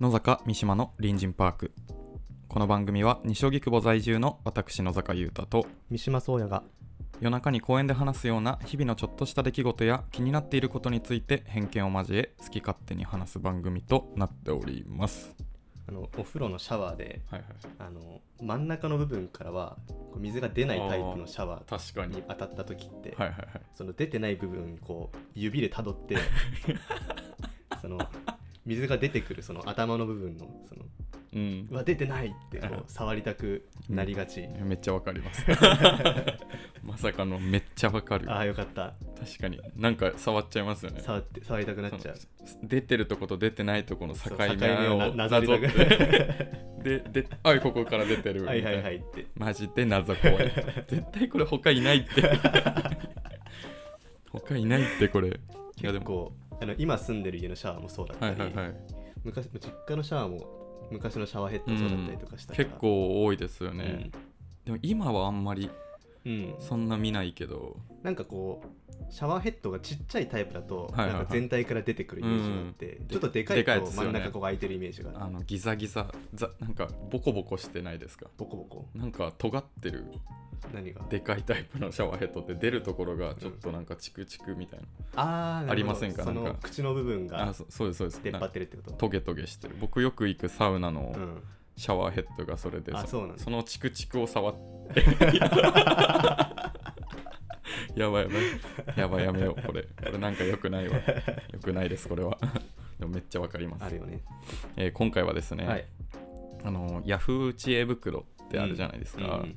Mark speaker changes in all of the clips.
Speaker 1: 野坂三島の隣人パークこの番組は西荻窪在住の私野坂優太と
Speaker 2: 三島宗也が
Speaker 1: 夜中に公園で話すような日々のちょっとした出来事や気になっていることについて偏見を交え好き勝手に話す番組となっております
Speaker 2: あのお風呂のシャワーで
Speaker 1: はいはい
Speaker 2: あの真ん中の部分からはこう水が出ないタイプのシャワー
Speaker 1: 確か
Speaker 2: に当たった時って、
Speaker 1: はいはいはい
Speaker 2: その出てない部分こう指でたどって その水が出てくるその頭の部分のその
Speaker 1: うん
Speaker 2: うわ出てないってこう触りたくなりがち、
Speaker 1: めっちゃわかります まさかのめっちゃわかる
Speaker 2: ああよかった
Speaker 1: 確かになんか触っちゃいますよね
Speaker 2: 触って触りたくなっちゃう
Speaker 1: 出てるとこと出てないとこの境
Speaker 2: そう
Speaker 1: 目を
Speaker 2: な
Speaker 1: な
Speaker 2: ぞ
Speaker 1: ぞ
Speaker 2: り
Speaker 1: った
Speaker 2: く
Speaker 1: てでであここから出てるみた
Speaker 2: はいい
Speaker 1: な
Speaker 2: はいはいって
Speaker 1: マジで謎怖 い絶対これ他いないって 他いないってこれいやで
Speaker 2: 結
Speaker 1: も
Speaker 2: 構あの今住んでる家のシャワーもそうだっ
Speaker 1: は
Speaker 2: た
Speaker 1: い
Speaker 2: り、
Speaker 1: はいはい
Speaker 2: 昔実家のシャワーも昔のシャワーヘッドそうだったりとかしたから、
Speaker 1: 結構多いですよね、でも今はあんまり
Speaker 2: うん、うん
Speaker 1: そんな見ないけど
Speaker 2: なんかこうシャワーヘッドがちっちゃいタイプだと、
Speaker 1: はいはいはい
Speaker 2: なんか全体から出てくるイメージがあって、
Speaker 1: うん
Speaker 2: ちょっとでか
Speaker 1: で
Speaker 2: い
Speaker 1: かい
Speaker 2: と
Speaker 1: やつです
Speaker 2: 真
Speaker 1: よね
Speaker 2: ん中こう空いてるイメージがあ
Speaker 1: あ
Speaker 2: る
Speaker 1: のギザギザざなんかボコボコしてないですか
Speaker 2: ボコボコ
Speaker 1: なんか尖ってる
Speaker 2: 何が
Speaker 1: でかいタイプのシャワーヘッドって出るところがちょっとなんかチクチクみたいな、
Speaker 2: あー
Speaker 1: ありませんか
Speaker 2: そ
Speaker 1: なん
Speaker 2: の
Speaker 1: か
Speaker 2: 口の部分
Speaker 1: あ
Speaker 2: が
Speaker 1: そそうですそうです
Speaker 2: 出っ張
Speaker 1: な
Speaker 2: ってるってこと
Speaker 1: トゲトゲしてる僕よく行くサウナの
Speaker 2: うん、
Speaker 1: シャワーヘッドがそれで
Speaker 2: あそうなんだ
Speaker 1: そのチクチクを触って やばいやばいやばいやめようこれこれなんか良くないわ良くないですこれはでもめっちゃわかりま
Speaker 2: あ
Speaker 1: す
Speaker 2: る、よね
Speaker 1: えー今回はですね、
Speaker 2: はい
Speaker 1: あのヤフー知恵袋ってあるじゃないです
Speaker 2: う
Speaker 1: か、
Speaker 2: ん、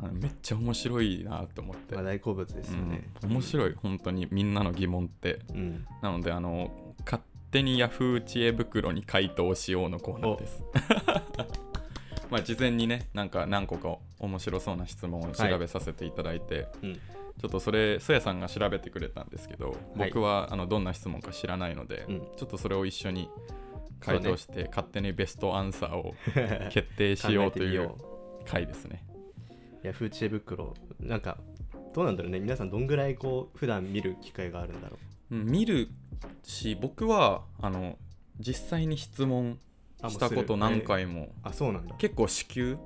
Speaker 1: あのめっちゃ面白いなと思って、
Speaker 2: まあ大好物ですよね、
Speaker 1: うん面白い本当にみんなの疑問って
Speaker 2: うん、
Speaker 1: なのであの勝手にヤフー知恵袋に回答しようのコーナーです。 まあ事前にねなんか何個か面白そうな質問を調べさせていただいて、
Speaker 2: うん
Speaker 1: ちょっとそれそやさんが調べてくれたんですけど、
Speaker 2: はい
Speaker 1: 僕はあのどんな質問か知らないので、
Speaker 2: うん
Speaker 1: ちょっとそれを一緒に回答して、勝手にベストアンサー を決定しようという回ですね。
Speaker 2: ヤフー知恵袋なんかどうなんだろうね皆さんどんぐらいこう普段見る機会があるんだろう
Speaker 1: うん見るし僕はあの実際に質問
Speaker 2: あもう
Speaker 1: したこと何
Speaker 2: する
Speaker 1: 回も
Speaker 2: あそうなんだ
Speaker 1: 結構至急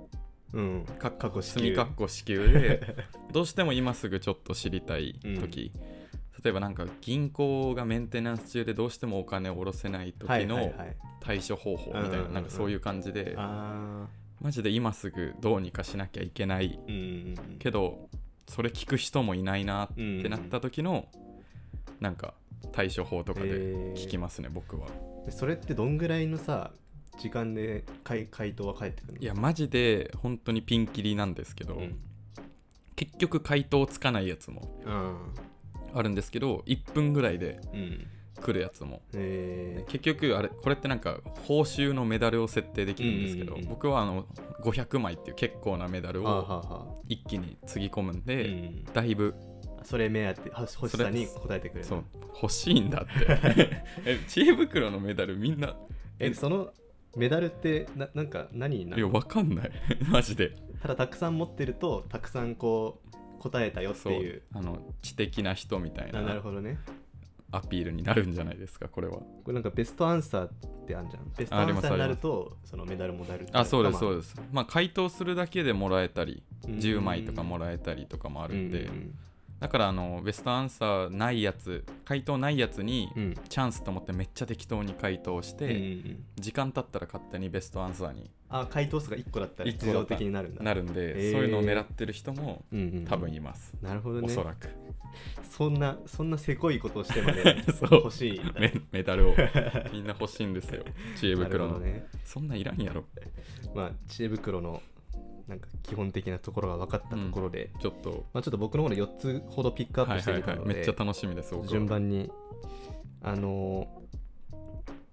Speaker 2: うん
Speaker 1: かっ
Speaker 2: 過去支
Speaker 1: 住み
Speaker 2: 給
Speaker 1: かっこ支給で どうしても今すぐちょっと知りたい時、例えばなんか銀行がメンテナンス中でどうしてもお金を下ろせない時
Speaker 2: はいはい
Speaker 1: の
Speaker 2: はい
Speaker 1: 対処方法みたいな,、
Speaker 2: うんうんうん
Speaker 1: なんかそういう感じで
Speaker 2: あ
Speaker 1: マジで今すぐどうにかしなきゃいけない
Speaker 2: ーうんうんうん
Speaker 1: けどそれ聞く人もいないなっ
Speaker 2: うん
Speaker 1: てなった時の、なんか対処法とかで
Speaker 2: へー
Speaker 1: 聞きますね、僕は
Speaker 2: でそれってどんぐらいのさ時間で回回答は返ってくるの
Speaker 1: いやマジで本当にピンキリなんですけど、
Speaker 2: うん
Speaker 1: 結局回答つかないやつも
Speaker 2: うん
Speaker 1: あるんですけど1分ぐらいで
Speaker 2: うん
Speaker 1: 来るやつも
Speaker 2: え
Speaker 1: 結局あれこれってなんか報酬のメダルを設定できるんですけど、
Speaker 2: うんうんうん
Speaker 1: 僕はあの500枚っていう結構なメダル
Speaker 2: ー、あは
Speaker 1: を
Speaker 2: は
Speaker 1: 一気につぎ込むん
Speaker 2: う
Speaker 1: で、
Speaker 2: ん、
Speaker 1: だいぶ
Speaker 2: それ目当ては星さんに答えてくれる
Speaker 1: そう欲しいんだって え知恵袋のメダルみんな
Speaker 2: えそのメダルってななんか何にない
Speaker 1: や
Speaker 2: る
Speaker 1: わかんない マジで
Speaker 2: ただたくさん持ってるとたくさんこう答えたよって
Speaker 1: そう
Speaker 2: いう
Speaker 1: あの知的な人みたい
Speaker 2: あなる
Speaker 1: な
Speaker 2: ほどね
Speaker 1: アピールになるんじゃないですかこれは
Speaker 2: これなんかベストアンサーってあるじゃんベストア
Speaker 1: あり
Speaker 2: ン
Speaker 1: ます
Speaker 2: サーになるとそのメダルもらえる
Speaker 1: あそうですそう
Speaker 2: で
Speaker 1: ですまあ回答するだけでもらえたり
Speaker 2: す
Speaker 1: 10枚とかも
Speaker 2: ら
Speaker 1: らえたりとかもあるんで、
Speaker 2: うん
Speaker 1: だからあのベストアンサーないやつ回答ないやつに
Speaker 2: うんうん
Speaker 1: チャンスと思ってめっちゃ適当に回答して、
Speaker 2: うんうんうん
Speaker 1: 時間経ったら勝手にベストアンサーに
Speaker 2: あ回答数が1個だったら
Speaker 1: 一個
Speaker 2: 自
Speaker 1: だった
Speaker 2: 動的になるんだ
Speaker 1: なるんで、
Speaker 2: へー
Speaker 1: そういうのを狙ってる人も
Speaker 2: うんうんうん
Speaker 1: 多分います、
Speaker 2: なるほどね
Speaker 1: おそらく
Speaker 2: そんなそんなせこいことをして まで
Speaker 1: そう
Speaker 2: 欲しいんだ
Speaker 1: メメダルを みんな欲しいんですよ知恵
Speaker 2: なる
Speaker 1: 袋
Speaker 2: ほ
Speaker 1: の、
Speaker 2: どね
Speaker 1: そんなんいらんやろ
Speaker 2: まあ知恵袋のなんか基本的なところが分かったところで、
Speaker 1: ちょっと
Speaker 2: まあ、ちょっと僕の方で4つほどピックアップしてみたので、
Speaker 1: めっちゃ楽しみです僕は
Speaker 2: 順番にあのー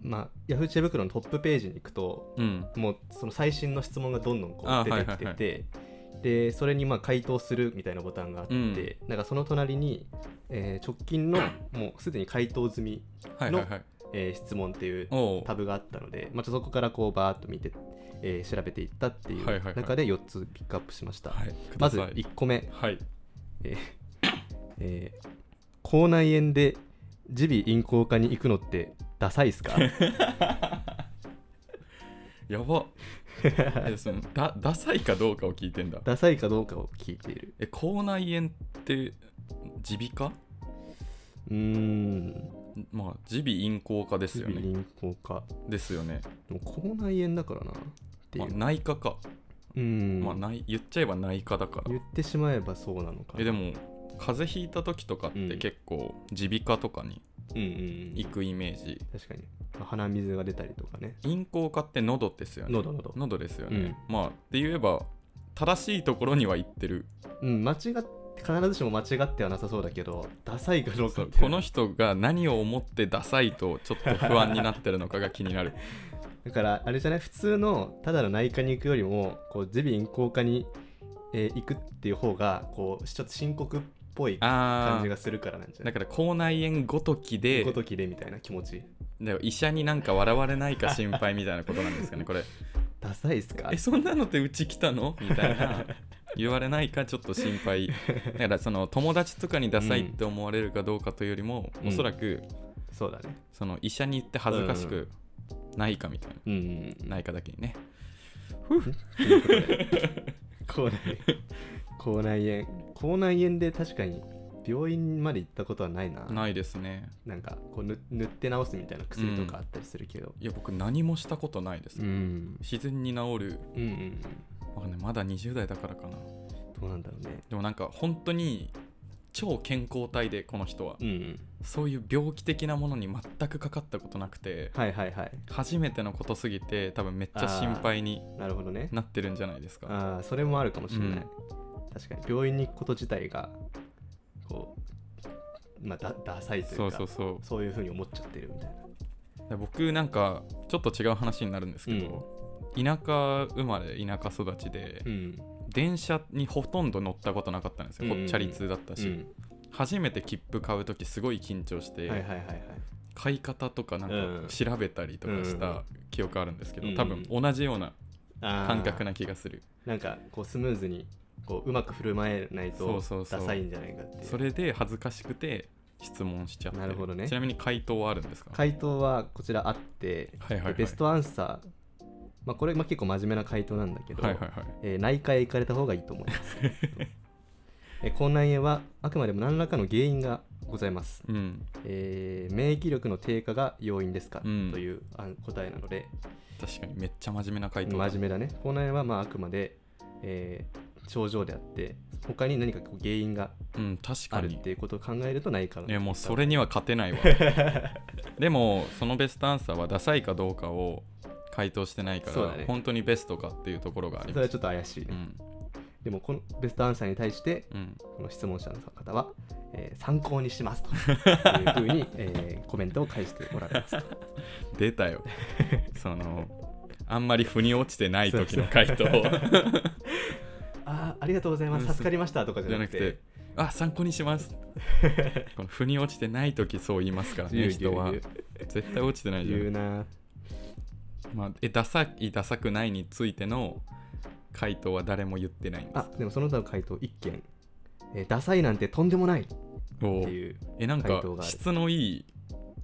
Speaker 2: まあヤフー知恵袋のトップページに行くと
Speaker 1: うん
Speaker 2: もうその最新の質問がどんどんこ
Speaker 1: あ
Speaker 2: う出てきてて、
Speaker 1: はい
Speaker 2: でそれにまあ回答するみたいなボタンがあって、
Speaker 1: うん
Speaker 2: なんかその隣に、えー直近のもうすでに回答済み、
Speaker 1: はいはいはい
Speaker 2: えー質問っていう
Speaker 1: おう
Speaker 2: タブがあったので、まあ、ちょっとそこからこうバーッと見て、えー調べていったってい
Speaker 1: はいはいは
Speaker 2: う
Speaker 1: い
Speaker 2: 中で4つピックアップしました、
Speaker 1: はいく
Speaker 2: ま
Speaker 1: だ
Speaker 2: ず
Speaker 1: さい
Speaker 2: 1個目、
Speaker 1: はい
Speaker 2: えーえー口内 炎で耳鼻咽喉科に行くのってダサいっすか
Speaker 1: や ばえそのだダサいかどうかを聞いてんだ
Speaker 2: ダサいかどうかを聞いている
Speaker 1: え口内炎って耳鼻科
Speaker 2: うーん
Speaker 1: まあ耳鼻咽喉科ですよ
Speaker 2: 耳
Speaker 1: ね
Speaker 2: 輪行か
Speaker 1: ですよね、
Speaker 2: でも口内炎だからなってい
Speaker 1: まあ、
Speaker 2: う、
Speaker 1: 内科か、
Speaker 2: うん、
Speaker 1: まあ、内言っちゃえば内科だから
Speaker 2: 言ってしまえばそうなのかな
Speaker 1: えでも風邪ひいた時とかっ
Speaker 2: う
Speaker 1: て
Speaker 2: ん
Speaker 1: 結構耳鼻科とかに
Speaker 2: うんうんう
Speaker 1: 行
Speaker 2: ん
Speaker 1: くイメージ、
Speaker 2: 確かにまあ鼻水が出たりとかね
Speaker 1: 咽喉科って喉ですよね
Speaker 2: 喉喉
Speaker 1: 喉ですよね、まあって言えば正しいところには行ってる
Speaker 2: うん間違って必ずしも間違ってはなさそうだけどダサいかどうか
Speaker 1: そう
Speaker 2: っていう
Speaker 1: この人が何を思ってダサいとちょっと不安になってるのかが気になる
Speaker 2: だからあれじゃない普通のただの内科に行くよりもこう耳鼻咽喉科に、えー行くっていう方がこうちょっと深刻っぽい
Speaker 1: あ
Speaker 2: 感じ
Speaker 1: あ
Speaker 2: がするからなんじゃな
Speaker 1: だ
Speaker 2: い
Speaker 1: から口内炎ごときで
Speaker 2: ごときでみたいな気持ち
Speaker 1: で医者になんか笑われないか心配みたいなことなんですかねこれ
Speaker 2: ダサいっす か
Speaker 1: えそんなのってうち来たの みたいな言われないかちょっと心配だからその友達とかにダサいって思われるかどうかというよりも、
Speaker 2: うん
Speaker 1: おそらく
Speaker 2: そうだね
Speaker 1: その医者に行って恥ずかしくないかみたいな、
Speaker 2: うんうんうん
Speaker 1: ないかだけにね
Speaker 2: ということで口内 口内炎口内炎で確かに病院まで行ったことはないな
Speaker 1: ないですね
Speaker 2: なんかこうぬ塗って治すみたいな薬とかあったりするけど、
Speaker 1: いや僕何もしたことないです、
Speaker 2: うん、
Speaker 1: 自然に治る
Speaker 2: うんうん
Speaker 1: わかんないまだ20代だからかな
Speaker 2: どうなんだろうね
Speaker 1: でもなんか本当に超健康体でこの人は、
Speaker 2: うんうん
Speaker 1: そういう病気的なものに全くかかったことなくて
Speaker 2: はいはいはい
Speaker 1: 初めてのことすぎて多分めっちゃ心配に
Speaker 2: なるほどね
Speaker 1: なってるんじゃないですか
Speaker 2: ああそれもあるかもしれな
Speaker 1: う
Speaker 2: い、
Speaker 1: ん
Speaker 2: 確かに病院に行くこと自体がこうまあだダサいというか
Speaker 1: そうそうそう
Speaker 2: そういうふうに思っちゃってるみたいな
Speaker 1: で僕なんかちょっと違う話になるんですけど、田舎生まれ田舎育ちで、
Speaker 2: うん
Speaker 1: 電車にほとんど乗ったことなかったんですよ、
Speaker 2: うん
Speaker 1: チャリ通だったし、
Speaker 2: う
Speaker 1: 初めて切符買う時すごい緊張して、
Speaker 2: ん、はいはいはいはい
Speaker 1: 買い方とかなん
Speaker 2: うん
Speaker 1: か調べたりとかし
Speaker 2: うん
Speaker 1: た記憶あるんですけど、
Speaker 2: うん
Speaker 1: 多分同じような
Speaker 2: あー
Speaker 1: 感覚な気がする、
Speaker 2: なんかこうスムーズにこううまく振る舞えない
Speaker 1: そ
Speaker 2: と
Speaker 1: うそうそう
Speaker 2: ダサいんじゃないかっていう
Speaker 1: それで恥ずかしくて質問しちゃって
Speaker 2: なるほどね
Speaker 1: ちなみに回答はあるんですか
Speaker 2: 回答はこちらあって、
Speaker 1: はいはいはい
Speaker 2: ベストアンサー、まあ、これ、まあ、結構真面目な回答なんだけど、
Speaker 1: はいはいはい
Speaker 2: えー内科へ行かれた方がいいと思い ます。えー口内炎はあくまでも何らかの原因がございます。
Speaker 1: うん
Speaker 2: えー免疫力の低下が要因ですか、
Speaker 1: うん
Speaker 2: というあ答えなので、
Speaker 1: 確かにめっちゃ真面目な回
Speaker 2: 真
Speaker 1: 答だ
Speaker 2: 面目だね。口内炎はまああくまで、えー症状であって、他に何かこう原因が
Speaker 1: うん確
Speaker 2: あ
Speaker 1: か
Speaker 2: る
Speaker 1: に
Speaker 2: っていうことを考えると内科の
Speaker 1: いやもうそれには勝てない わでもそのベストアンサーはダサいかどうかを回答してないか
Speaker 2: そう
Speaker 1: ら、
Speaker 2: だね
Speaker 1: 本当にベストかっていうところがあ
Speaker 2: そ
Speaker 1: り
Speaker 2: れ
Speaker 1: ま
Speaker 2: は
Speaker 1: す
Speaker 2: ちょっと怪しいね。
Speaker 1: うん
Speaker 2: でもこのベストアンサーに対して、
Speaker 1: うん
Speaker 2: この質問者の方は、えー参考に しますというふうに、えーコメントを返しておら れますと。
Speaker 1: 出た よそのあんまり腑に落ちてない時の回答
Speaker 2: あーありがとうございます、
Speaker 1: うん
Speaker 2: 助かりましたとかじ
Speaker 1: じ
Speaker 2: ゃ
Speaker 1: ゃ
Speaker 2: な
Speaker 1: な
Speaker 2: く
Speaker 1: く
Speaker 2: て
Speaker 1: て、あ参考にします この腑に落ちてない時そう言いますから
Speaker 2: 言う
Speaker 1: ね人は
Speaker 2: 言う
Speaker 1: 絶対落ちてないじゃ、
Speaker 2: 言うんな。
Speaker 1: まあ、えダサいダサくないについての回答は誰も言ってないんです
Speaker 2: あでもその他の回答1件、えーダサいなんてとんでもないっ
Speaker 1: お
Speaker 2: て
Speaker 1: う
Speaker 2: いう、
Speaker 1: えなん
Speaker 2: 回
Speaker 1: か
Speaker 2: 答がある
Speaker 1: 質のいい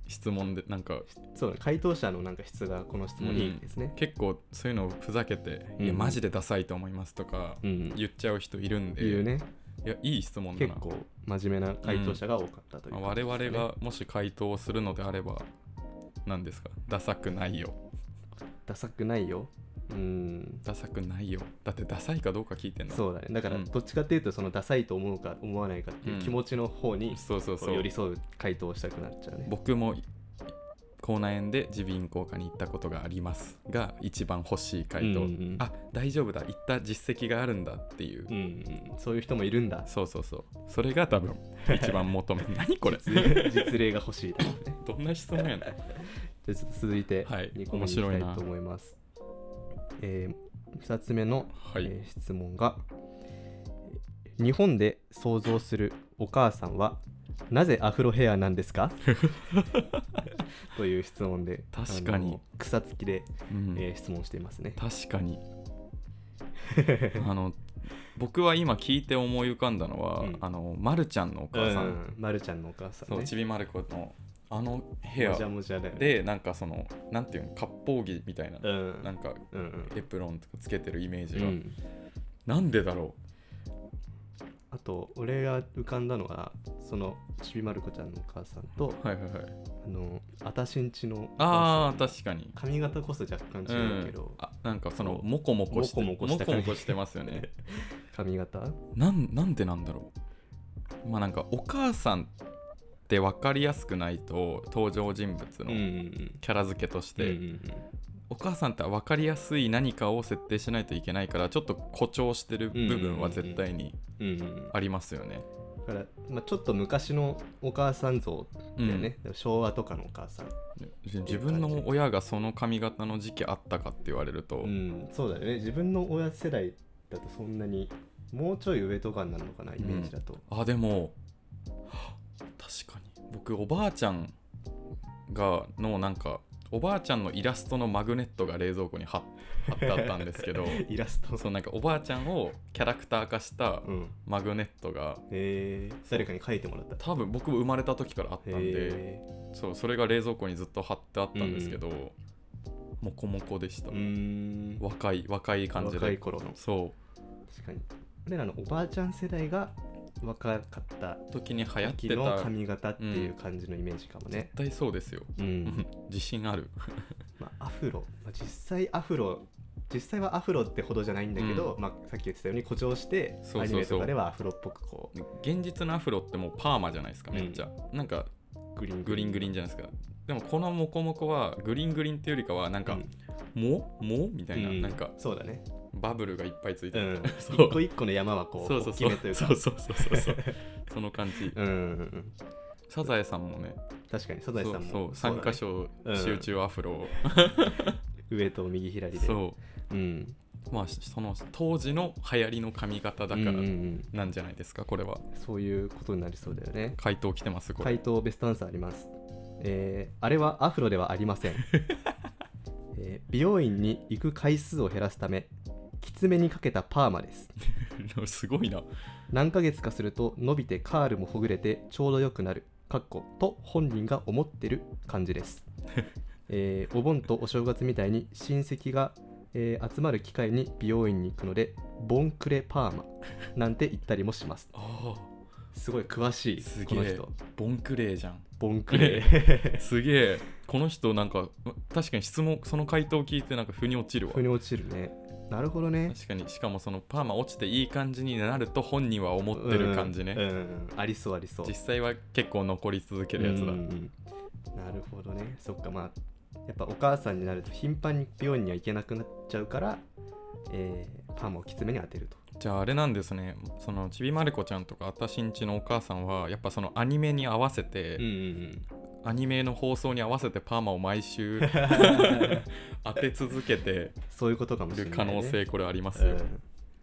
Speaker 1: 質問でなんか
Speaker 2: そうだ回答者のなんか質がこの質問いいですね。
Speaker 1: 結構そういうのをふざけて「
Speaker 2: うん
Speaker 1: いやマジでダサいと思います」とか
Speaker 2: うん
Speaker 1: 言っちゃう人いるんで、
Speaker 2: いうね、
Speaker 1: いやいい質問だ
Speaker 2: 結
Speaker 1: な
Speaker 2: 構真面目な回答者が多かったという
Speaker 1: まあ
Speaker 2: 感じ
Speaker 1: 我
Speaker 2: ですか
Speaker 1: 々が
Speaker 2: ね、
Speaker 1: もし回答をするのであれば何ですかダサくないよ
Speaker 2: ダサくないよ。うん
Speaker 1: ダサくないよだってダサいかどうか聞いてんの
Speaker 2: そうだねだから
Speaker 1: うん
Speaker 2: どっちかっていうとそのダサいと思うか思わないかっていう気持ちの方に
Speaker 1: そうそう
Speaker 2: こ
Speaker 1: そう
Speaker 2: う寄り添う回答をしたくなっちゃうね。
Speaker 1: 僕も口内炎で耳鼻咽喉科に行ったことがありますが一番欲しい回答、
Speaker 2: うんうんうん
Speaker 1: あ大丈夫だ行った実績があるんだっていう、
Speaker 2: うんうん、そういう人もいるんだ。
Speaker 1: そうそうそうそれが多分一番求 め何これ
Speaker 2: 実例実例が欲し いと思ってね。
Speaker 1: どんな質問やね
Speaker 2: じゃあちょっと続いて
Speaker 1: はい
Speaker 2: 2個目に行きたいと思います。えー、2つ目の、
Speaker 1: はい、
Speaker 2: えー質問が日本で想像するお母さんはなぜアフロヘアなんで すかという質問で
Speaker 1: 確かに
Speaker 2: あの草付きで、
Speaker 1: うん
Speaker 2: えー質問していますね。
Speaker 1: 確か にあの僕は今聞いて思い浮かんだのは、
Speaker 2: うん
Speaker 1: あのまるちゃんのお母さん、
Speaker 2: うんまるちゃんのお母さん
Speaker 1: そう
Speaker 2: ね。
Speaker 1: ちびまる子のあのヘ
Speaker 2: もじゃ
Speaker 1: ア
Speaker 2: もじゃだよね。
Speaker 1: でなんかそのなんていうの割烹着みたいな
Speaker 2: うん。
Speaker 1: なんか
Speaker 2: うんうん
Speaker 1: エプロンとかつけてるイメージ
Speaker 2: う
Speaker 1: が、
Speaker 2: ん、
Speaker 1: なんでだろ
Speaker 2: あと俺が浮かんだのがそのちびまる子ちゃんのお母さんと
Speaker 1: うはいはいはい
Speaker 2: あのあたしんちのお母
Speaker 1: あ
Speaker 2: さん
Speaker 1: ー確かに
Speaker 2: 髪型こそ若干
Speaker 1: う
Speaker 2: 違うけど、
Speaker 1: ん、あなんかそのモコモコして
Speaker 2: モコモコした
Speaker 1: モコモコしてますよね
Speaker 2: 髪型
Speaker 1: なんなんでなんだろうまあなんかお母さんって分かりやすくないと登場人物
Speaker 2: うんうん
Speaker 1: のキャラ付けとし
Speaker 2: うんうんう
Speaker 1: て、
Speaker 2: ん
Speaker 1: お母さんって分かりやすい何かを設定しないといけないからちょっと誇張してる部分は絶対に
Speaker 2: うんうん
Speaker 1: ありますよね。
Speaker 2: だから、まあ、ちょっと昔のお母さん像
Speaker 1: う
Speaker 2: だよ
Speaker 1: ん
Speaker 2: ね、でも昭和とかのお母さん、
Speaker 1: 自分の親がその髪型の時期あったかって言われると、
Speaker 2: うん、そうだよね自分の親世代だとそんなにもうちょい上とかになるのかなイメージだと、
Speaker 1: あでもはっ確かに僕おばあちゃんがのなんかおばあちゃんのイラストのマグネットが冷蔵庫に貼っ貼ってあったんですけ ど
Speaker 2: イラスト
Speaker 1: そうなんかおばあちゃんをキャラクター化した
Speaker 2: うん
Speaker 1: マグネットが
Speaker 2: えー、誰かに書いてもらった
Speaker 1: 多分僕生まれた時からあったんで。
Speaker 2: へ
Speaker 1: そうそれが冷蔵庫にずっと貼ってあったんですけど、モコモコでした、
Speaker 2: ーうーん
Speaker 1: 若い若い感じ
Speaker 2: 若い
Speaker 1: で
Speaker 2: 頃の
Speaker 1: そ
Speaker 2: 確かに俺らのおばあちゃん世代が若かった
Speaker 1: う時に流行って
Speaker 2: 時の
Speaker 1: た
Speaker 2: 髪型っていう感じのイメージかもね
Speaker 1: 絶、対そうですよ、
Speaker 2: うん
Speaker 1: 自信ある
Speaker 2: まあ、アフロ、まあ、実際アフロ実際はアフロってほどじゃないんだけど、まあ、さっき言ってたように誇張して
Speaker 1: そうそうそう
Speaker 2: アニメとかではアフロっぽくこ
Speaker 1: 現実のアフロってもうパーマじゃないですかめっちゃ、なんか
Speaker 2: うグリン
Speaker 1: グリングリンじゃないですかでもこのモコモコはグリングリンっていうよりかはなんか、ももみたいな、
Speaker 2: うん
Speaker 1: なんか
Speaker 2: そうだね、
Speaker 1: バブルがいっぱいついて
Speaker 2: う
Speaker 1: る、
Speaker 2: ん、
Speaker 1: そう
Speaker 2: 一個一個の山はこう
Speaker 1: そうそう
Speaker 2: 大
Speaker 1: そ
Speaker 2: き
Speaker 1: う
Speaker 2: めというか
Speaker 1: そうそうそうそうそうその感じ、
Speaker 2: うんうんうん
Speaker 1: サザエさんもね
Speaker 2: 確かにサザエさんも
Speaker 1: そう
Speaker 2: そ
Speaker 1: そうう
Speaker 2: だね
Speaker 1: 3箇所
Speaker 2: うん
Speaker 1: 集中アフロを、
Speaker 2: 上と右左で
Speaker 1: そう
Speaker 2: うん、
Speaker 1: まあしその当時の流行りの髪型だから
Speaker 2: うんうんうん
Speaker 1: なんじゃないですか、これは
Speaker 2: そういうことになりそうだよね
Speaker 1: 回答来てますこれ、
Speaker 2: 回答ベストアンサーあります、えーあれはアフロではありません、 えー美容院に行く回数を減らすためきつめにかけたパーマです
Speaker 1: すごいな
Speaker 2: 何ヶ月かすると伸びてカールもほぐれてちょうど良くなるかっこと本人が思ってる感じです、 えーお盆とお正月みたいに親戚が、えー集まる機会に美容院に行くのでボンクレパーマなんて言ったりもします
Speaker 1: あ
Speaker 2: すごい詳しい
Speaker 1: す
Speaker 2: こ
Speaker 1: げ
Speaker 2: の
Speaker 1: え
Speaker 2: 人
Speaker 1: ボンクレーじゃん
Speaker 2: ボン クレ
Speaker 1: すげえこの人なんかう確かに質問その回答聞いてなんか腑に落ちるわ
Speaker 2: 腑に落ちるねなるほどね
Speaker 1: 確かにしかもそのパーマ落ちていい感じになると本人は思ってる感じね、
Speaker 2: うんうんうんありそうありそう
Speaker 1: 実際は結構残り続けるやつだ、
Speaker 2: うんうんうんなるほどねそっかまあやっぱお母さんになると頻繁に病院には行けなくなっちゃうから、えーパーマをきつめに当てると
Speaker 1: じゃああれなんですねそのちびまる子ちゃんとかあたしんちのお母さんはやっぱそのアニメに合わせて、アニメの放送に合わせてパーマを毎 週当て続けて
Speaker 2: そういうことかもしれ
Speaker 1: る
Speaker 2: ない、ね、
Speaker 1: 可能性これありますよ、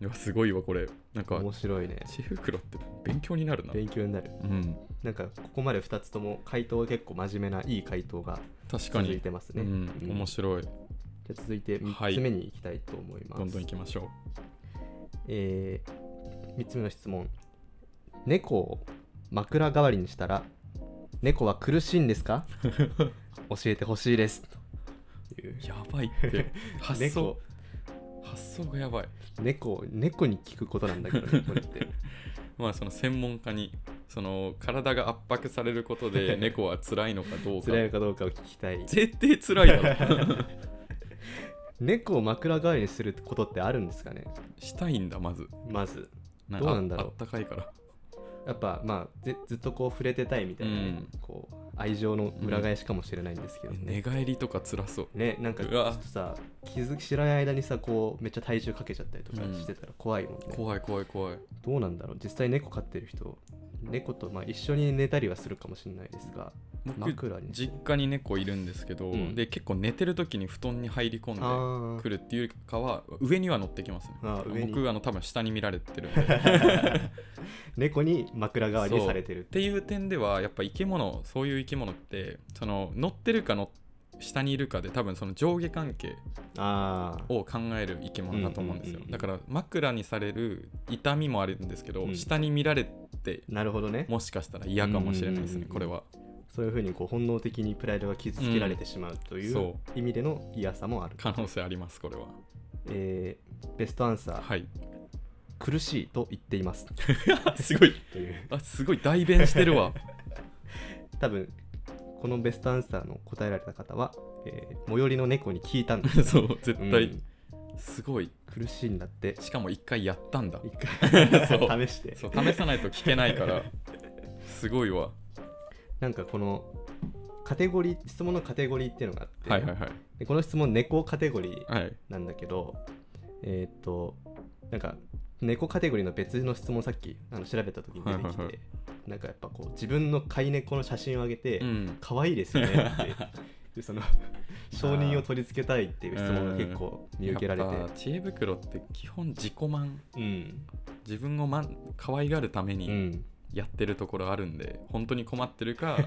Speaker 1: いやすごいわこれなん
Speaker 2: うん
Speaker 1: か
Speaker 2: 面白いね
Speaker 1: 知恵袋って勉強になるな
Speaker 2: 勉強になる
Speaker 1: うん
Speaker 2: なんかここまで2つとも回答は結構真面目ないい回答が
Speaker 1: 確か
Speaker 2: 続い
Speaker 1: に、
Speaker 2: てますね、
Speaker 1: うん、
Speaker 2: うん
Speaker 1: 面
Speaker 2: じ
Speaker 1: 白い
Speaker 2: ゃあ続いて3つ目に行きたいと思います、
Speaker 1: どんどん行きましょ
Speaker 2: え3つ目の質問猫を枕代わりにしたら猫は苦しいんで すか教えてほしいですという
Speaker 1: うやばいって 発想
Speaker 2: 猫
Speaker 1: 発想がやばい
Speaker 2: 猫猫に聞くことなんだけど ねこれって
Speaker 1: まあその専門家にその体が圧迫されること で猫は辛いのかどうか
Speaker 2: 辛いかどうかを聞きたい
Speaker 1: 絶対辛いだろ
Speaker 2: 猫を枕代わりにすることってあるんですかね
Speaker 1: したいんだまず
Speaker 2: まず
Speaker 1: な
Speaker 2: どうなんだろう
Speaker 1: ああったかいから
Speaker 2: やっぱまあずずっとこう触れてたいみたいなね、
Speaker 1: うん
Speaker 2: こう愛情の裏返しかもしれないんですけどね、
Speaker 1: 寝返りとか辛そう
Speaker 2: ねなんかち
Speaker 1: う
Speaker 2: ょ
Speaker 1: わ
Speaker 2: っとさ気づき知らない間にさこうめっちゃ体重かけちゃったりとかしてたら怖いもんね、
Speaker 1: 怖い怖い怖い
Speaker 2: どうなんだろう実際猫飼ってる人猫とまあ一緒に寝たりはするかもしれないですが
Speaker 1: 僕
Speaker 2: 枕に
Speaker 1: 実家に猫いるんですけど、
Speaker 2: うん
Speaker 1: で結構寝てる時に布団に入り込
Speaker 2: あ
Speaker 1: ん
Speaker 2: ー
Speaker 1: でくるっていうよりかは上には乗ってきますね
Speaker 2: あー上に
Speaker 1: 僕あの多分下に見られてるんでっ
Speaker 2: 猫に枕代わりにされてる
Speaker 1: ていう点ではやっぱ生き物そういう生き物ってその乗ってるかの下にいるかで多分その上下関係
Speaker 2: ああ
Speaker 1: を考える生き物だと思うんですよ、
Speaker 2: うんうんうんうん
Speaker 1: だから枕にされる痛みもあるんですけど、
Speaker 2: うん
Speaker 1: 下に見られて
Speaker 2: なるほどね
Speaker 1: もしかしたら嫌かもしれないですね、
Speaker 2: うんうんうん
Speaker 1: これは
Speaker 2: そういうふうにこう本能的にプライドが傷つけられてしまうとい
Speaker 1: そうう
Speaker 2: 意味での嫌さもある、
Speaker 1: 可能性ありますこれは
Speaker 2: えーベストアンサー、
Speaker 1: はい
Speaker 2: 苦しいと言ってい ます
Speaker 1: すごい
Speaker 2: という
Speaker 1: あすごい代弁してる わ
Speaker 2: 多分このベストアンサーの答えられた方は、えー最寄りの猫に聞いたんです
Speaker 1: そう絶
Speaker 2: うん
Speaker 1: 対すごい
Speaker 2: 苦しいん だって
Speaker 1: しかも一回やったんだ
Speaker 2: 一回
Speaker 1: そう
Speaker 2: 試して
Speaker 1: そう試さないと聞けないからすごいわ
Speaker 2: なんかこのカテゴリー質問のカテゴリーっていうのがあって、
Speaker 1: はいはいは
Speaker 2: でこの質問猫カテゴリー
Speaker 1: いはい
Speaker 2: なんだけどえーっとなんか猫カテゴリーの別の質問さっきあの調べた時に出てきて、
Speaker 1: はいはいはい
Speaker 2: なんかやっぱこう自分の飼い猫の写真を上げて、
Speaker 1: うん
Speaker 2: 可愛いですよ ねってでその承認を取り付けたいっていう質問が結構見受けられて
Speaker 1: やっぱ知恵袋って基本自己満
Speaker 2: うん
Speaker 1: 自分をまん可愛がるため
Speaker 2: う
Speaker 1: に
Speaker 2: ん
Speaker 1: やってるところあるんで、本当に困ってる か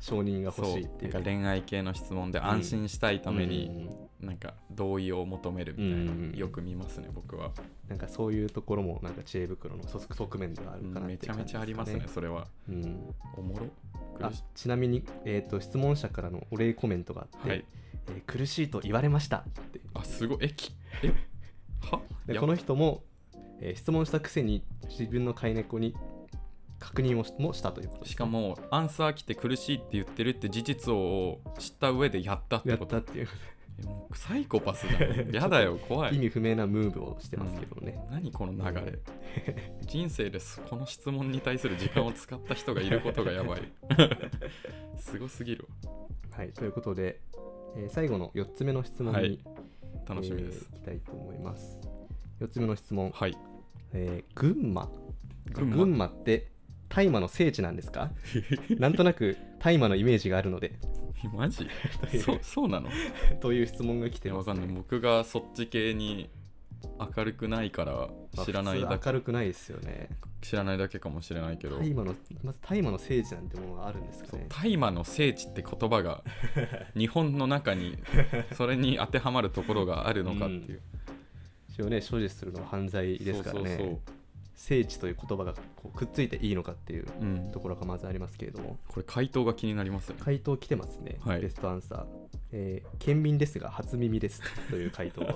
Speaker 2: 承認が欲
Speaker 1: そ
Speaker 2: し
Speaker 1: う
Speaker 2: いって
Speaker 1: ないん
Speaker 2: う
Speaker 1: か恋愛系の質問で安心したいために、
Speaker 2: うん
Speaker 1: なんか同意を求めるみたいな、
Speaker 2: うん
Speaker 1: よく見ますね僕は、
Speaker 2: なんかそういうところもなんか知恵袋の側側面ではあるかな
Speaker 1: め
Speaker 2: って
Speaker 1: ちゃ
Speaker 2: 感
Speaker 1: め
Speaker 2: じです
Speaker 1: ちゃ
Speaker 2: か
Speaker 1: ありますね、それは
Speaker 2: うん、
Speaker 1: おもろ
Speaker 2: あ
Speaker 1: 苦し
Speaker 2: ちなみに、えー、と質問者からのお礼コメントがあって、
Speaker 1: はい
Speaker 2: えー苦しいと言われましたって
Speaker 1: あすごいえきえは
Speaker 2: で
Speaker 1: や
Speaker 2: この人も、えー質問したくせに自分の飼い猫に確認をしもしたということです
Speaker 1: しかもアンサー来て苦しいって言ってるって事実を知った上でやったって
Speaker 2: やっ
Speaker 1: こと
Speaker 2: たっていう
Speaker 1: えもうサイコパスだやだよ怖い
Speaker 2: 意味不明なムーブをしてますけどね、
Speaker 1: 何この流れ人生ですこの質問に対する時間を使った人がいることがや ばいすごすぎる
Speaker 2: はいということで、えー最後の4つ目の質問に、
Speaker 1: はい楽しみです、
Speaker 2: えーいきたいと思います4つ目の質問、
Speaker 1: はい
Speaker 2: えー群馬
Speaker 1: 群
Speaker 2: 群
Speaker 1: 馬
Speaker 2: 馬って大麻の聖地なんです かなんとなく大麻のイメージがあるので
Speaker 1: マジ
Speaker 2: という
Speaker 1: そうそうなの
Speaker 2: という質問が来
Speaker 1: い
Speaker 2: て
Speaker 1: や
Speaker 2: ま
Speaker 1: わ
Speaker 2: す、
Speaker 1: かんない僕がそっち系に明るくないから
Speaker 2: まあ
Speaker 1: 知らないだ
Speaker 2: 普通
Speaker 1: け
Speaker 2: 明るくないですよね
Speaker 1: 知らないだけかもしれないけど
Speaker 2: 大麻のまず大麻の聖地なんてものがあるんですかね
Speaker 1: 大麻の聖地って言葉 が日本の中にそれに当てはまるところがあるのかっていう、
Speaker 2: 一応ね所持するのは犯罪ですからね
Speaker 1: そうそう
Speaker 2: 聖地という言葉がこうくっついていいのかっていう
Speaker 1: そう、うん
Speaker 2: と、ころがまずありますけれども
Speaker 1: これ回答が気になりますね
Speaker 2: 回答来てますね、
Speaker 1: はい
Speaker 2: ベストアンサー、えー県民ですが初耳ですという回答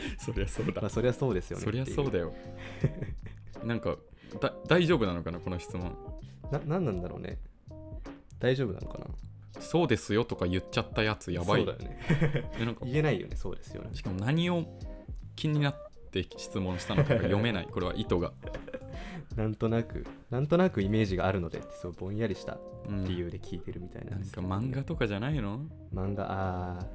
Speaker 2: ま
Speaker 1: そりゃそうだ
Speaker 2: あそりゃそうですよね
Speaker 1: そりゃそうだ
Speaker 2: よ
Speaker 1: よなんかだ大丈夫なのかなこの質問
Speaker 2: な何なんだろうね大丈夫なのかな
Speaker 1: そうですよとか言っちゃったやつやばい
Speaker 2: そうだよね
Speaker 1: えなんか
Speaker 2: 言えないよねそうですよね
Speaker 1: しかも何を気になって質問したのか が読めないこれは意図が、
Speaker 2: なんとなくなんとなくイメージがあるのでってそうぼんやりした
Speaker 1: うん
Speaker 2: 理由で聞いてるみたいな
Speaker 1: なんん
Speaker 2: です
Speaker 1: か
Speaker 2: けどね、
Speaker 1: 漫画とかじゃないの、
Speaker 2: 漫画あー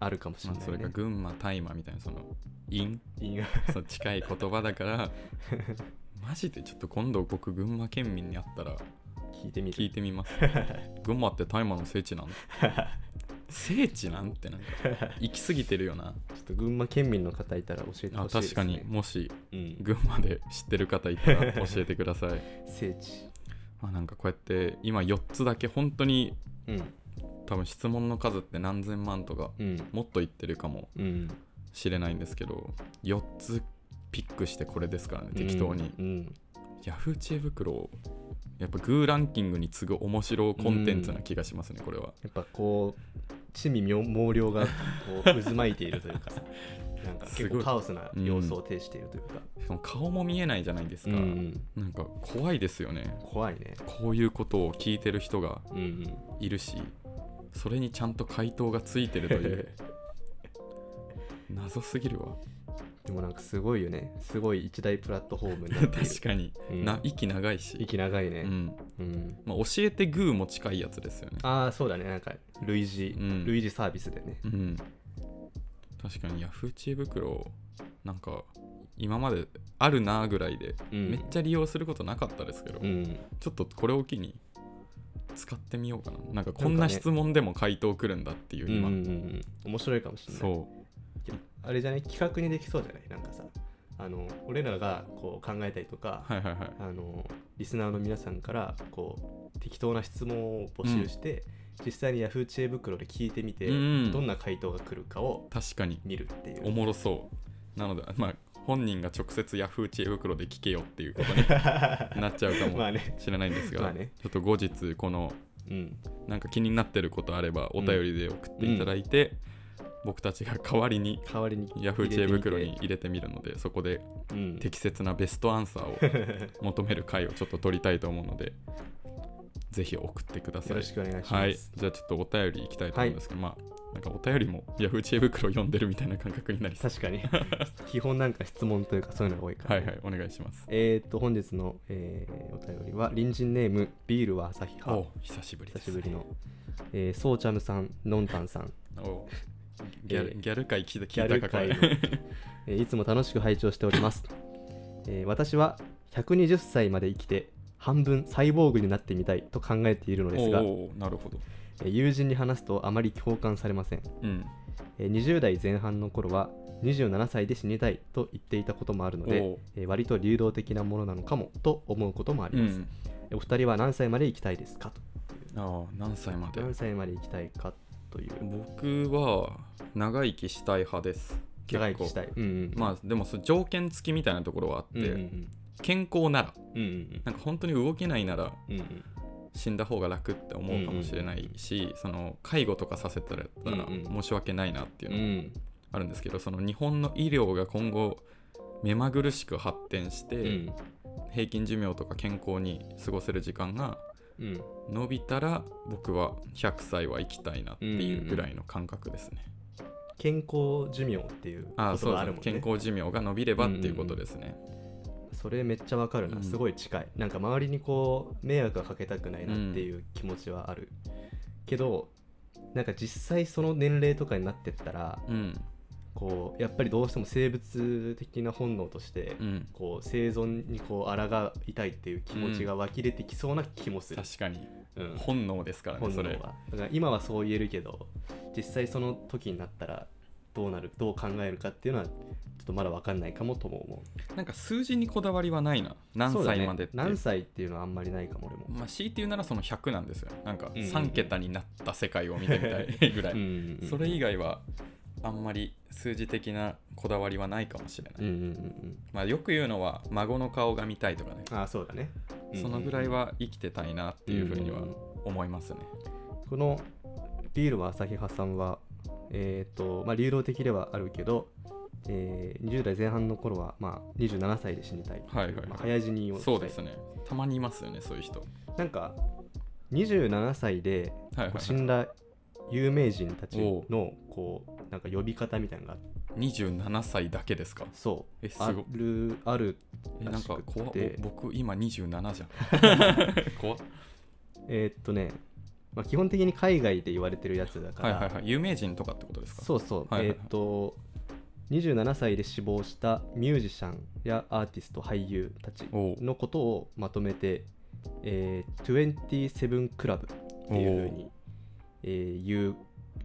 Speaker 2: あるかもしれ
Speaker 1: ま
Speaker 2: ない、
Speaker 1: あ、
Speaker 2: ね、
Speaker 1: それか群馬大麻みたいなその因
Speaker 2: 因が
Speaker 1: その近い言葉だから マジでちょっと今度僕群馬県民に会ったら
Speaker 2: 聞いてみる
Speaker 1: 聞いてみ ます群馬って大麻の聖地なん聖地なんて なんか行き過ぎてるよな
Speaker 2: ちょっと群馬県民の方いたら教えて
Speaker 1: あ
Speaker 2: ほしいで
Speaker 1: 確
Speaker 2: す、ね、
Speaker 1: かにもし
Speaker 2: うん、
Speaker 1: 群馬で知ってる方いたら教えてください
Speaker 2: 聖地
Speaker 1: まあなんかこうやって今4つだけ本当に
Speaker 2: うん
Speaker 1: 多分質問の数って何千万とか
Speaker 2: うん
Speaker 1: もっと言ってるかも
Speaker 2: うん
Speaker 1: しれないんですけど4つピックしてこれですからね適当に、
Speaker 2: うん
Speaker 1: ヤフー知恵袋やっぱグーランキングに次ぐ面白コンテンツな気がしますね、これは
Speaker 2: やっぱこう地味妙毛量がこう渦巻いているという かなんか
Speaker 1: す
Speaker 2: 結
Speaker 1: ごい
Speaker 2: 構カオスな様相を呈しているというか、
Speaker 1: しかも顔も見えないじゃないですか、
Speaker 2: うん
Speaker 1: なんか怖いですよね
Speaker 2: 怖いね
Speaker 1: こういうことを聞いてる人が
Speaker 2: うん うん
Speaker 1: いるしそれにちゃんと回答がついてると いう謎すぎるわ
Speaker 2: でもなんかすごいよねすごい一大プラットフォームになっている
Speaker 1: 確かに、
Speaker 2: うん
Speaker 1: な息長いし、
Speaker 2: 息長いうね、
Speaker 1: ん
Speaker 2: うん
Speaker 1: まあ、教えてグーも近いやつですよね
Speaker 2: ああそうだねなんか類似、
Speaker 1: うん
Speaker 2: 類似サービスでね
Speaker 1: うん確かにヤフー知恵袋なんか今まであるなぐらいで、
Speaker 2: うん
Speaker 1: めっちゃ利用することなかったですけど、
Speaker 2: うん
Speaker 1: ちょっとこれを機に使ってみようかななんかこんな質問でも回答来るんだっていう
Speaker 2: うんうん
Speaker 1: 今、
Speaker 2: うん面白いかもしれない
Speaker 1: そ
Speaker 2: あれじゃない企画にできそうじゃないなんかさあの俺らがこう考えたりとか、
Speaker 1: うはいはいはい
Speaker 2: あのリスナーの皆さんからこう適当な質問を募集して、実際に Yahoo 知恵袋で聞いてみて、
Speaker 1: うんうん
Speaker 2: どんな回答が来るかを
Speaker 1: 確かに
Speaker 2: 見るっていう
Speaker 1: おもろそうなのでまあ本人が直接ヤフー知恵袋で聞けよっていうこと になっちゃうか
Speaker 2: ま
Speaker 1: も
Speaker 2: あね、
Speaker 1: しれないんです
Speaker 2: ま
Speaker 1: が、
Speaker 2: あね
Speaker 1: ちょっと後日この
Speaker 2: うん、
Speaker 1: なんか気になってることあればお便りで送っていただいて、僕たちが代わりに
Speaker 2: 代わりに、
Speaker 1: ヤフー知恵袋に入れてみるのでそこで
Speaker 2: うん、
Speaker 1: 適切なベストアンサーを
Speaker 2: よ
Speaker 1: 求める回をちょっと取りたいと思うのでぜひ送ってください
Speaker 2: ろしくお願いします。
Speaker 1: はいじゃあちょっとお便りいきたいと思うんですけど、まあなんかお便りも ヤフー知恵袋読んでるみたいな感覚にな りそう
Speaker 2: 確か に基本なんか質問というかそういうのが多いから
Speaker 1: は
Speaker 2: ね、
Speaker 1: いはいお願いします
Speaker 2: えー、っと本日の、えーお便りは隣人ネームビールは朝日
Speaker 1: お
Speaker 2: 派
Speaker 1: 久しぶりで
Speaker 2: 久
Speaker 1: す
Speaker 2: しぶりの、えー、そうちゃむさんのんたんさん、
Speaker 1: おギャル、
Speaker 2: えー
Speaker 1: ギャル界聞いた聞
Speaker 2: ギャ
Speaker 1: いた
Speaker 2: ル
Speaker 1: かこれ
Speaker 2: 界のえーいつも楽しく拝聴しております、えー私は120歳まで生きて半分サイボーグになってみたいと考えているのです が、
Speaker 1: おーなるほど
Speaker 2: えー友人に話すとあまり共感されません、
Speaker 1: うん
Speaker 2: えー20代前半の頃は27歳で死にたいと言っていたこともあるので、
Speaker 1: おー
Speaker 2: えー割と流動的なものなのかもと思うこともあり
Speaker 1: う
Speaker 2: ます、
Speaker 1: ん
Speaker 2: お二人は何歳まで生きたいですか
Speaker 1: ああ何歳ま
Speaker 2: と
Speaker 1: で
Speaker 2: 何歳まで生きたいかという
Speaker 1: 僕は長生きしたい派です結構
Speaker 2: 長生きしたい、うんうん、あ
Speaker 1: まあでもそ条件付きみたいなところはあって、
Speaker 2: うんうん
Speaker 1: 健康なら
Speaker 2: うんうん
Speaker 1: なんか本当に動けないなら
Speaker 2: うんうん
Speaker 1: 死んだ方が楽って思うかもしれないし、その介護とかさせたら
Speaker 2: うんうん
Speaker 1: 申し訳ないなっていうの
Speaker 2: う
Speaker 1: が
Speaker 2: ん
Speaker 1: あるんですけど、その日本の医療が今後目まぐるしく発展して、
Speaker 2: うん
Speaker 1: 平均寿命とか健康に過ごせる時間が
Speaker 2: うん
Speaker 1: 伸びたら僕は100歳は生きたいなっていうぐらいの感覚ですね。
Speaker 2: 健康寿命っていう
Speaker 1: あ
Speaker 2: こ
Speaker 1: そ
Speaker 2: と
Speaker 1: う
Speaker 2: があ
Speaker 1: で
Speaker 2: る
Speaker 1: す
Speaker 2: もんね
Speaker 1: 健康寿命が伸びればっていうことですね。
Speaker 2: それめっちゃわかる
Speaker 1: う
Speaker 2: なんすごい近い、なんか周りにこう迷惑はかけたくないなっていう気持ちはある、けどなんか実際その年齢とかになってったら
Speaker 1: うん、
Speaker 2: こうやっぱりどうしても生物的な本能として
Speaker 1: うん、
Speaker 2: こう生存にこう抗いたいっていう気持ちが湧き出てきそうな気もする、
Speaker 1: 確かに
Speaker 2: うん
Speaker 1: 本能ですからね
Speaker 2: 本
Speaker 1: そ
Speaker 2: 能
Speaker 1: れ。
Speaker 2: はだから今はそう言えるけど実際その時になったらどうなるどう考えるかっていうのはちょっとまだ分かんないかもとも思う
Speaker 1: なんか数字にこだわりはないな何
Speaker 2: そうだね
Speaker 1: 歳までっていう
Speaker 2: 何歳っていうのはあんまりないかも俺も、
Speaker 1: まあ、強いて言うならその100なんですよなんか
Speaker 2: うんうん
Speaker 1: 3桁になった世界を見てみたいぐらい、
Speaker 2: うんうんうん
Speaker 1: それ以外はあんまり数字的なこだわりはないかもしれない、
Speaker 2: うんうんうん
Speaker 1: まあ、よく言うのは孫の顔が見たいとかね
Speaker 2: うんああそうだね
Speaker 1: そのぐらい
Speaker 2: っ
Speaker 1: は生きてたいなっていうふうには思いますね、
Speaker 2: このビールは朝日派さんはえっ、とまあ流動的ではあるけど、えー、20代前半の頃はまあ27歳で死にたいとう
Speaker 1: はいはいはい
Speaker 2: まあ早死にをしたい
Speaker 1: そうですねたまにいますよねそういう人
Speaker 2: なんか27歳で
Speaker 1: はいはい、
Speaker 2: こ
Speaker 1: は
Speaker 2: う死んだ有名人たちのこうなんか呼び方みたいなのが
Speaker 1: い、27歳だけですか
Speaker 2: そ
Speaker 1: え
Speaker 2: う
Speaker 1: すご
Speaker 2: あ
Speaker 1: い
Speaker 2: るある
Speaker 1: えなんか怖
Speaker 2: らしく
Speaker 1: って僕今27じゃん 怖っ
Speaker 2: えーっとね、まあ、基本的に海外で言われてるやつだか
Speaker 1: はい
Speaker 2: ら、
Speaker 1: はいはい有名人とかってことですか
Speaker 2: そうそう、
Speaker 1: はいはいは
Speaker 2: え
Speaker 1: い
Speaker 2: ーっと27歳で死亡したミュージシャンやアーティスト俳優たち
Speaker 1: おう
Speaker 2: のことをまとめて、えー、27クラブっていうふうに、えー言う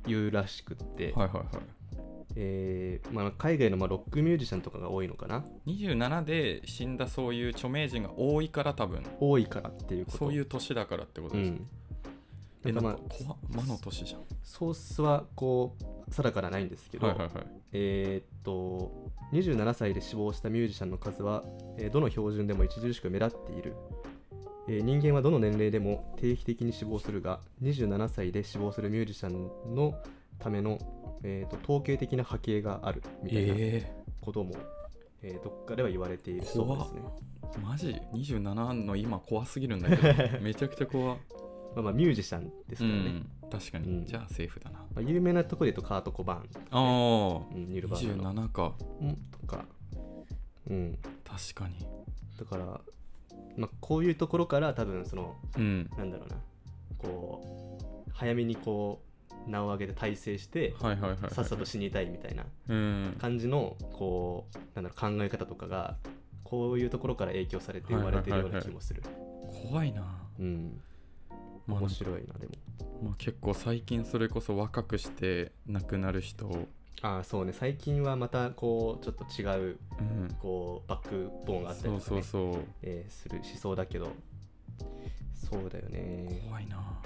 Speaker 2: 言うらしくって、
Speaker 1: はいはいはい
Speaker 2: えーまあ、海外のまあロックミュージシャンとかが多いのかな
Speaker 1: 27で死んだそういう著名人が多いから多分
Speaker 2: 多いからっていうこと
Speaker 1: そういう年だからってこと
Speaker 2: う
Speaker 1: です、
Speaker 2: ん、
Speaker 1: え
Speaker 2: な
Speaker 1: なんん
Speaker 2: か
Speaker 1: か
Speaker 2: ま
Speaker 1: 怖
Speaker 2: あ
Speaker 1: っ魔の年じゃん
Speaker 2: ソースはこう定からないんですけど、
Speaker 1: はいはいはい
Speaker 2: えーっと27歳で死亡したミュージシャンの数は、えーどの標準でも著しく目立っている、えー人間はどの年齢でも定期的に死亡するが27歳で死亡するミュージシャンのための、えーっと統計的な波形があるみたいな
Speaker 1: え
Speaker 2: ことも、えーどっかでは言われているそう
Speaker 1: 怖
Speaker 2: で
Speaker 1: っ
Speaker 2: すね、
Speaker 1: ー、マジ27の今怖すぎるんだけ どめちゃくちゃ怖っ
Speaker 2: まあ、まあミュージシャンです
Speaker 1: う
Speaker 2: からね、
Speaker 1: ん確かに、
Speaker 2: うん
Speaker 1: じゃあセーフだな
Speaker 2: まあ、有名なところで言うとカート・コバーンとかね、
Speaker 1: あー
Speaker 2: うんニルバーナの
Speaker 1: 27か
Speaker 2: うんとか、うん、
Speaker 1: 確かに
Speaker 2: だから、まあ、こういうところから多分その
Speaker 1: うん
Speaker 2: なんだろうなこう早めにこう名を上げて大成して
Speaker 1: はいはいはい、はい、
Speaker 2: さっさと死にたいみたいな
Speaker 1: うん
Speaker 2: 感じのこうなんだろう考え方とかがこういうところから影響されて生まれてるような気もする。
Speaker 1: 怖いな
Speaker 2: うん、
Speaker 1: まあ
Speaker 2: 面白いなでも。
Speaker 1: まあ、結構最近それこそ若くして亡くなる人を、
Speaker 2: ああそうね最近はまたこうちょっと違う
Speaker 1: うん、
Speaker 2: こうバックボーンがあったりとか、
Speaker 1: そ
Speaker 2: ね
Speaker 1: うそうそう
Speaker 2: えーするしそうだけどそうだよね。
Speaker 1: 怖いな
Speaker 2: だか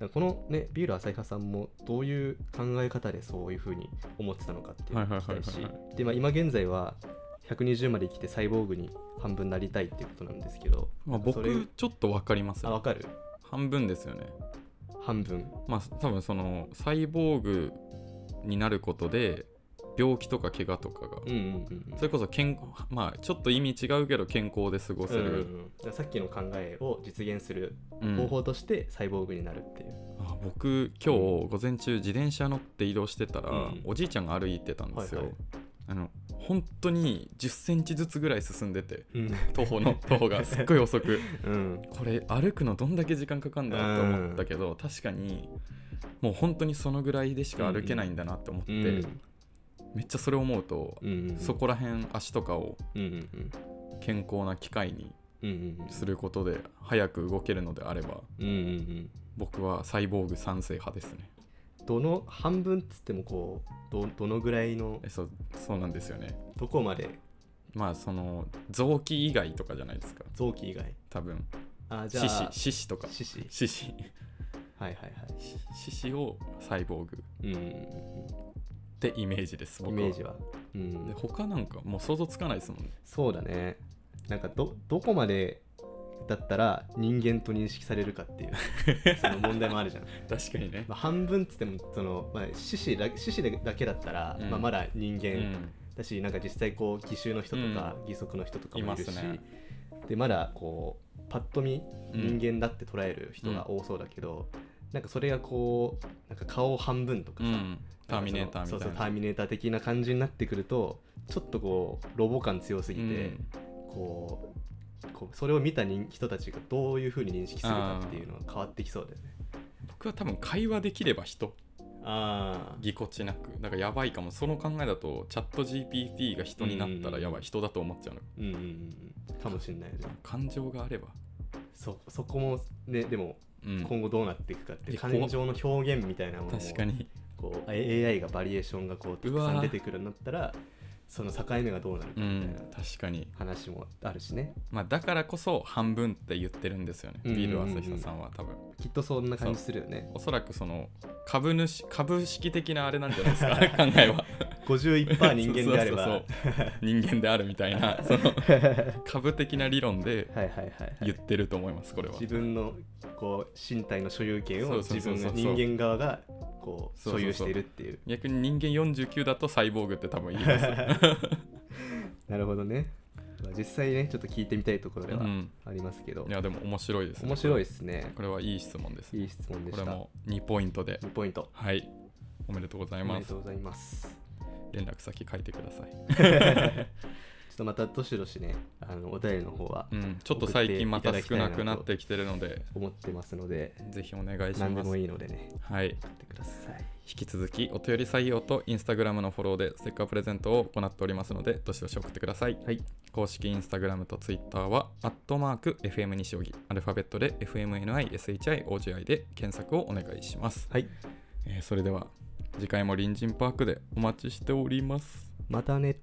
Speaker 2: らこのねビール朝日派さんもどういう考え方でそういうふうに思ってたのかっていうのを聞きたいし
Speaker 1: はいはいはいは
Speaker 2: で、まあ、今現在は120まで生きてサイボーグに半分なりたいっていうことなんですけど、
Speaker 1: まあ、
Speaker 2: それ
Speaker 1: 僕ちょっと分かります
Speaker 2: あわかる
Speaker 1: 半分ですよね
Speaker 2: 半分
Speaker 1: まあ多分そのサイボーグになることで病気とか怪我とかが、
Speaker 2: うんうんうん
Speaker 1: それこそ健康まあちょっと意味違うけど健康で過ごせ
Speaker 2: うん
Speaker 1: る、
Speaker 2: うんうんさっきの考えを実現する
Speaker 1: うん
Speaker 2: 方法としてサイボーグになるっていう、
Speaker 1: あ僕今日午前中自転車乗って移動してたら、
Speaker 2: うん
Speaker 1: おじいちゃんが歩いてたんですよ、
Speaker 2: はいはい
Speaker 1: あの本当に1 0センチずつぐらい進んでて
Speaker 2: うん
Speaker 1: 徒歩の徒歩がすっごい遅く
Speaker 2: うん
Speaker 1: これ歩くのどんだけ時間かかんだなと思ったけど、確かにもう本当にそのぐらいでしか歩けないんだなって思って、
Speaker 2: うん
Speaker 1: めっちゃそれ思うと、
Speaker 2: うんうん
Speaker 1: そこら辺足とかを
Speaker 2: うんうん
Speaker 1: 健康な機会に
Speaker 2: うんうん
Speaker 1: することで早く動けるのであれば
Speaker 2: うんうんうん
Speaker 1: 僕はサイボーグ賛成派ですね
Speaker 2: どの半分っつってもこうどどのぐらいの
Speaker 1: えそうそうなんですよね
Speaker 2: どこまで
Speaker 1: まあその臓器以外とかじゃないですか
Speaker 2: 臓器以外
Speaker 1: 多分
Speaker 2: あじゃ
Speaker 1: 獅
Speaker 2: あ
Speaker 1: 子獅子とか
Speaker 2: 獅子
Speaker 1: 獅子
Speaker 2: はいはいはい
Speaker 1: 獅子をサイボーグ
Speaker 2: うんうん
Speaker 1: ってイメージです
Speaker 2: うん
Speaker 1: 僕
Speaker 2: イ
Speaker 1: は
Speaker 2: メージは、う
Speaker 1: で
Speaker 2: ん、
Speaker 1: 他なんかもう想像つかないですもんね
Speaker 2: そうだねなんかどどこまでだったら人間と認識されるかっ ていうその問題もあるじゃん、
Speaker 1: 確かにね
Speaker 2: まあ、半分っつってもその、まあ、獅子だ獅子だけだったら、
Speaker 1: うん
Speaker 2: まあ、まだ人
Speaker 1: う
Speaker 2: 間
Speaker 1: ん
Speaker 2: だし、なんか実際こう義手の人とか、義足の人とかもいるし
Speaker 1: いますね
Speaker 2: でまだこうパッと見
Speaker 1: うん
Speaker 2: 人間だって捉える人が多そうだけど、なんかそれがこうなんか顔半分とか
Speaker 1: う
Speaker 2: さ、
Speaker 1: んターミネーターみた
Speaker 2: そう
Speaker 1: いな
Speaker 2: そうターミネーター的な感じになってくるとちょっとこうロボ感強すぎて、こうこうそれを見た人人たちがどういうふうに認識するかっていうのが変わってきそうだよね
Speaker 1: うん僕は多分会話できれば人
Speaker 2: ああ
Speaker 1: ぎこちなくだからやばいかもその考えだとチャット GPT が人になったらやばい人だと思っちゃうの
Speaker 2: うんうんうんかもしれないよね
Speaker 1: 感情があれば
Speaker 2: そそこもねでも
Speaker 1: うん
Speaker 2: 今後どうなっていくかって
Speaker 1: え
Speaker 2: 感情の表現みたいなものを
Speaker 1: 確かに
Speaker 2: こう AI がバリエーションがこうたく
Speaker 1: う
Speaker 2: さ
Speaker 1: わ
Speaker 2: ん
Speaker 1: ー
Speaker 2: 出てくるようになったらその境目がどうなる
Speaker 1: う
Speaker 2: かみたい
Speaker 1: ん
Speaker 2: な
Speaker 1: 確かに
Speaker 2: 話もあるしね、
Speaker 1: まあ、だからこそ半分って言ってるんですよね、
Speaker 2: うんうんうん
Speaker 1: ビール朝日さんは多分
Speaker 2: きっとそんな感じするよね
Speaker 1: おそらくその株主株式的なあれなんじゃないですか考えは
Speaker 2: 51%人間であれば
Speaker 1: そうそうそう人間であるみたいなその株的な理論で
Speaker 2: はいはいはい、はい
Speaker 1: 言ってると思いますこれは
Speaker 2: 自分のこう身体の所有権を
Speaker 1: そ
Speaker 2: 自
Speaker 1: うそうそうそう
Speaker 2: 分が人間側がこう
Speaker 1: そうそうそう
Speaker 2: 所有しているっていう
Speaker 1: 逆に人間49だとサイボーグって多分言い ます、
Speaker 2: なるほどねまあ実際ねちょっと聞いてみたいところ
Speaker 1: う
Speaker 2: では
Speaker 1: ん、
Speaker 2: ありますけど、
Speaker 1: いやでも面白いですね
Speaker 2: 面白い
Speaker 1: い
Speaker 2: ですね
Speaker 1: これはいい質問です
Speaker 2: いい質問で
Speaker 1: こ
Speaker 2: し
Speaker 1: れ
Speaker 2: た
Speaker 1: も2ポイントで
Speaker 2: 2ポイント
Speaker 1: はいおめでとうござい
Speaker 2: ありが
Speaker 1: ます
Speaker 2: とうございます
Speaker 1: 連絡先書いてください、
Speaker 2: ちょっとまたどしどしねあのお便りの方は
Speaker 1: うん、ちょっと最近また
Speaker 2: 送って
Speaker 1: 少
Speaker 2: いただ
Speaker 1: な
Speaker 2: きたいなと
Speaker 1: くなってきてるので
Speaker 2: 思ってますので
Speaker 1: ぜひお願いし
Speaker 2: 何で
Speaker 1: ま
Speaker 2: も
Speaker 1: す。
Speaker 2: いいのでね
Speaker 1: はい、
Speaker 2: 送ってください
Speaker 1: 引き続きお便り採用とインスタグラムのフォローでステッカープレゼントを行っておりますのでどしどし送ってください、
Speaker 2: はい、
Speaker 1: 公式インスタグラムとツイッターはアットマーク FM 西荻アルファベットで FMNISHIOGI で検索をお願いします、
Speaker 2: はい
Speaker 1: えーそれでは次回も隣人パークでお待ちしております
Speaker 2: またね